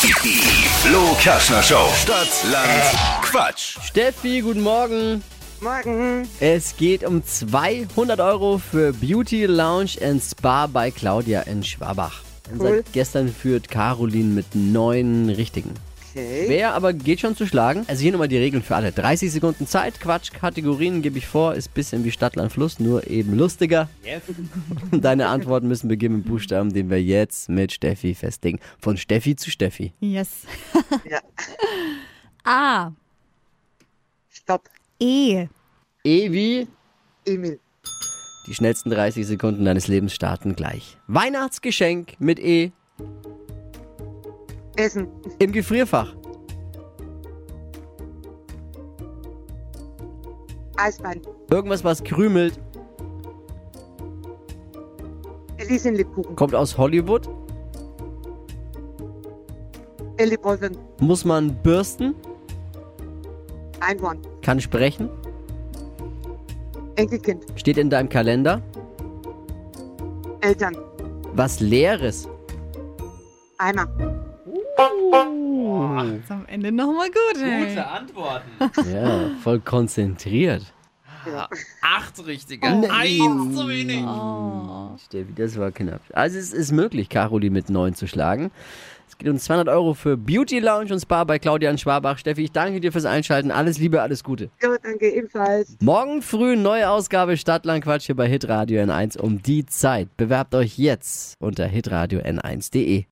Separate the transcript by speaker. Speaker 1: Die Flo Kaschner Show. Stadt, Land, Quatsch.
Speaker 2: Steffi, guten Morgen.
Speaker 3: Morgen.
Speaker 2: Es geht um 200 Euro für Beauty Lounge and Spa bei Claudia in Schwabach.
Speaker 3: Cool.
Speaker 2: Seit gestern führt Caroline mit neun richtigen.
Speaker 3: Okay.
Speaker 2: Wer aber geht schon zu schlagen? Also hier nochmal die Regeln für alle. 30 Sekunden Zeit, Quatsch, Kategorien gebe ich vor, ist bisschen wie Stadtland Fluss, nur eben lustiger. Und deine Antworten müssen beginnen mit Buchstaben, den wir jetzt mit Steffi festlegen. Von Steffi zu Steffi.
Speaker 4: Yes.
Speaker 3: Ja.
Speaker 4: A.
Speaker 3: Stopp.
Speaker 4: E.
Speaker 2: Evi,
Speaker 3: Emil.
Speaker 2: Die schnellsten 30 Sekunden deines Lebens starten gleich. Weihnachtsgeschenk mit E
Speaker 3: Essen.
Speaker 2: im Gefrierfach.
Speaker 3: Eisbein.
Speaker 2: Irgendwas, was krümelt,
Speaker 3: Elisenlebkuchen.
Speaker 2: kommt aus Hollywood,
Speaker 3: Elibollen.
Speaker 2: muss man bürsten,
Speaker 3: Einhorn.
Speaker 2: kann sprechen,
Speaker 3: Enkelkind.
Speaker 2: steht in deinem Kalender.
Speaker 3: Eltern.
Speaker 2: Was Leeres.
Speaker 3: Eimer.
Speaker 4: Ist am Ende nochmal gut.
Speaker 5: Gute
Speaker 4: Ey.
Speaker 5: Antworten.
Speaker 2: Ja, voll konzentriert.
Speaker 5: Acht richtige.
Speaker 2: Nein.
Speaker 5: Eins zu wenig.
Speaker 4: Oh.
Speaker 2: Steffi, das war knapp. Also es ist möglich, Caroli mit 9 zu schlagen. Es geht um 200 Euro für Beauty Lounge und Spa bei Claudia in Schwabach. Steffi, ich danke dir fürs Einschalten. Alles Liebe, alles Gute.
Speaker 3: Ja, danke ebenfalls.
Speaker 2: Morgen früh neue Ausgabe Stadtlandquatsch hier bei Hitradio N1 um die Zeit. Bewerbt euch jetzt unter hitradio n1.de.